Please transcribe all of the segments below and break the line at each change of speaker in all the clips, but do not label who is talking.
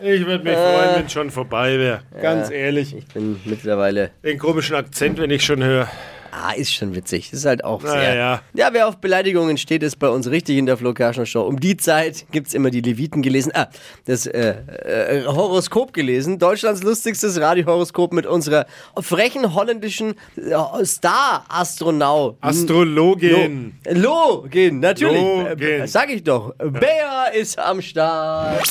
Ich würde mich freuen, wenn es schon vorbei wäre. Ganz
Ja.
ehrlich.
Ich bin mittlerweile.
Den komischen Akzent, wenn ich schon höre.
Ah, ist schon witzig. Ist halt auch
Na
sehr.
ja.
ja, wer auf Beleidigungen steht, ist bei uns richtig in der Flo Kerschner Show. Um die Zeit gibt's immer die Leviten gelesen. Ah, das äh, äh, Horoskop gelesen. Deutschlands lustigstes Radiohoroskop mit unserer frechen holländischen äh, Star-Astronau.
Astrologin.
Lo, gehen, natürlich.
Logen.
Äh, Sag ich doch. Bea ist am Start.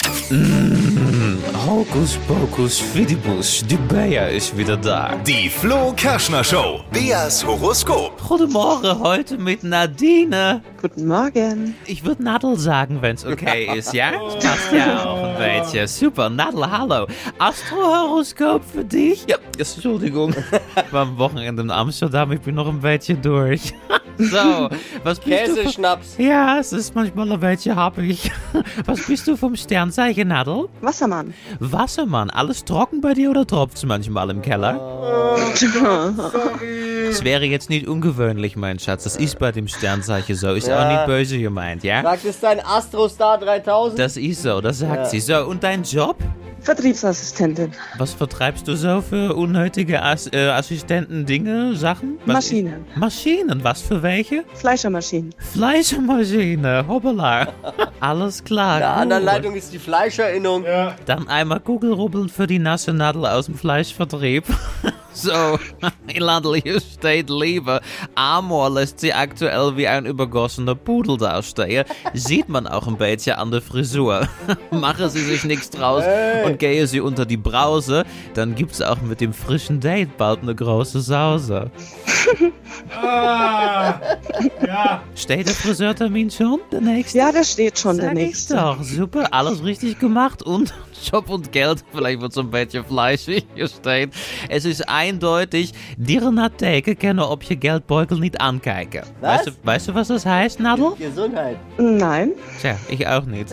Hocus pocus fidibus, die Bayer ist wieder da.
Die Flo Kerschner Show. Beas Horoskop.
Guten Morgen heute mit Nadine.
Guten Morgen.
Ich würde Nadel sagen, wenn's okay ist, ja? Das passt ja auch ein beetje. Super, Nadel, hallo. Astrohoroskop für dich? Ja, Entschuldigung. Ich war am Wochenende in Amsterdam, ich bin noch ein bisschen durch. So, was bist du...
Käse,
für-
Schnaps.
Ja, es ist manchmal ein beetje happig. Was bist du vom Sternzeichen, Nadel?
Wassermann.
Wassermann, alles trocken bei dir oder tropft's manchmal im Keller? Das wäre jetzt nicht ungewöhnlich, mein Schatz. Das ist bei dem Sternzeichen so. Ist
Ja.
auch nicht böse gemeint, ja?
Sagt es dein Astrostar 3000?
Das ist so, das sagt
Ja.
sie. So, und dein Job?
Vertriebsassistentin.
Was vertreibst du so für unnötige As äh, Assistenten, Dinge, Sachen? Was
Maschinen.
i- Maschinen, was für welche?
Fleischermaschinen.
Fleischmaschine, hoppala. Alles klar.
In der anderen
gut.
Leitung ist die Fleischerinnung.
Ja.
Dann einmal Kugelrubbeln für die nasse Nadel aus dem Fleischvertrieb. so, Nadel, hier steht Liebe. Amor lässt sie aktuell wie ein übergossener Pudel dastehen. Sieht man auch ein bisschen an der Frisur. Mache sie sich nichts draus und gehe sie unter die Brause, dann gibt's auch mit dem frischen Date bald eine große Sause. Steht der Friseurtermin schon? Der nächste?
Ja, da steht schon der
Sag ich
nächste.
doch, super, alles richtig gemacht und Job und Geld, vielleicht wird so ein bisschen fleischig gesteht. Es ist eindeutig, dieren nach Theke können ob je Geldbeutel nicht ankijken.
Was?
Weißt du, weißt du, was das heißt, Nadel?
Gesundheit.
Nein.
Tja, ich auch nicht.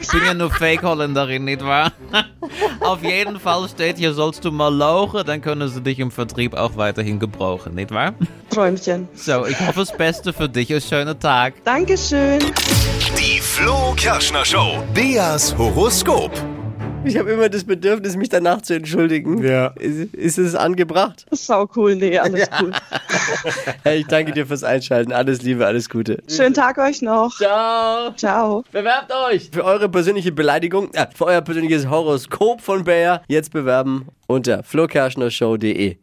Ich bin ja nur Fake-Holländerin, nicht wahr? Auf jeden Fall steht hier, sollst du mal lauchen, dann können sie dich im Vertrieb auch weiterhin gebrauchen, nicht wahr?
Träumchen.
So, ich hoffe das Beste für dich, einen schönen Tag.
Dankeschön.
Die Flo Kerschner Show. Beas Horoskop.
Ich habe immer das Bedürfnis, mich danach zu entschuldigen.
Ja.
Ist, ist es angebracht?
Sau cool. Nee, alles cool.
Hey, ich danke dir fürs Einschalten. Alles Liebe, alles Gute.
Schönen Tag euch noch.
Ciao.
Ciao.
Bewerbt euch für eure persönliche Beleidigung, äh, für euer persönliches Horoskop von Bayer. Jetzt bewerben unter flokerschnershow.de.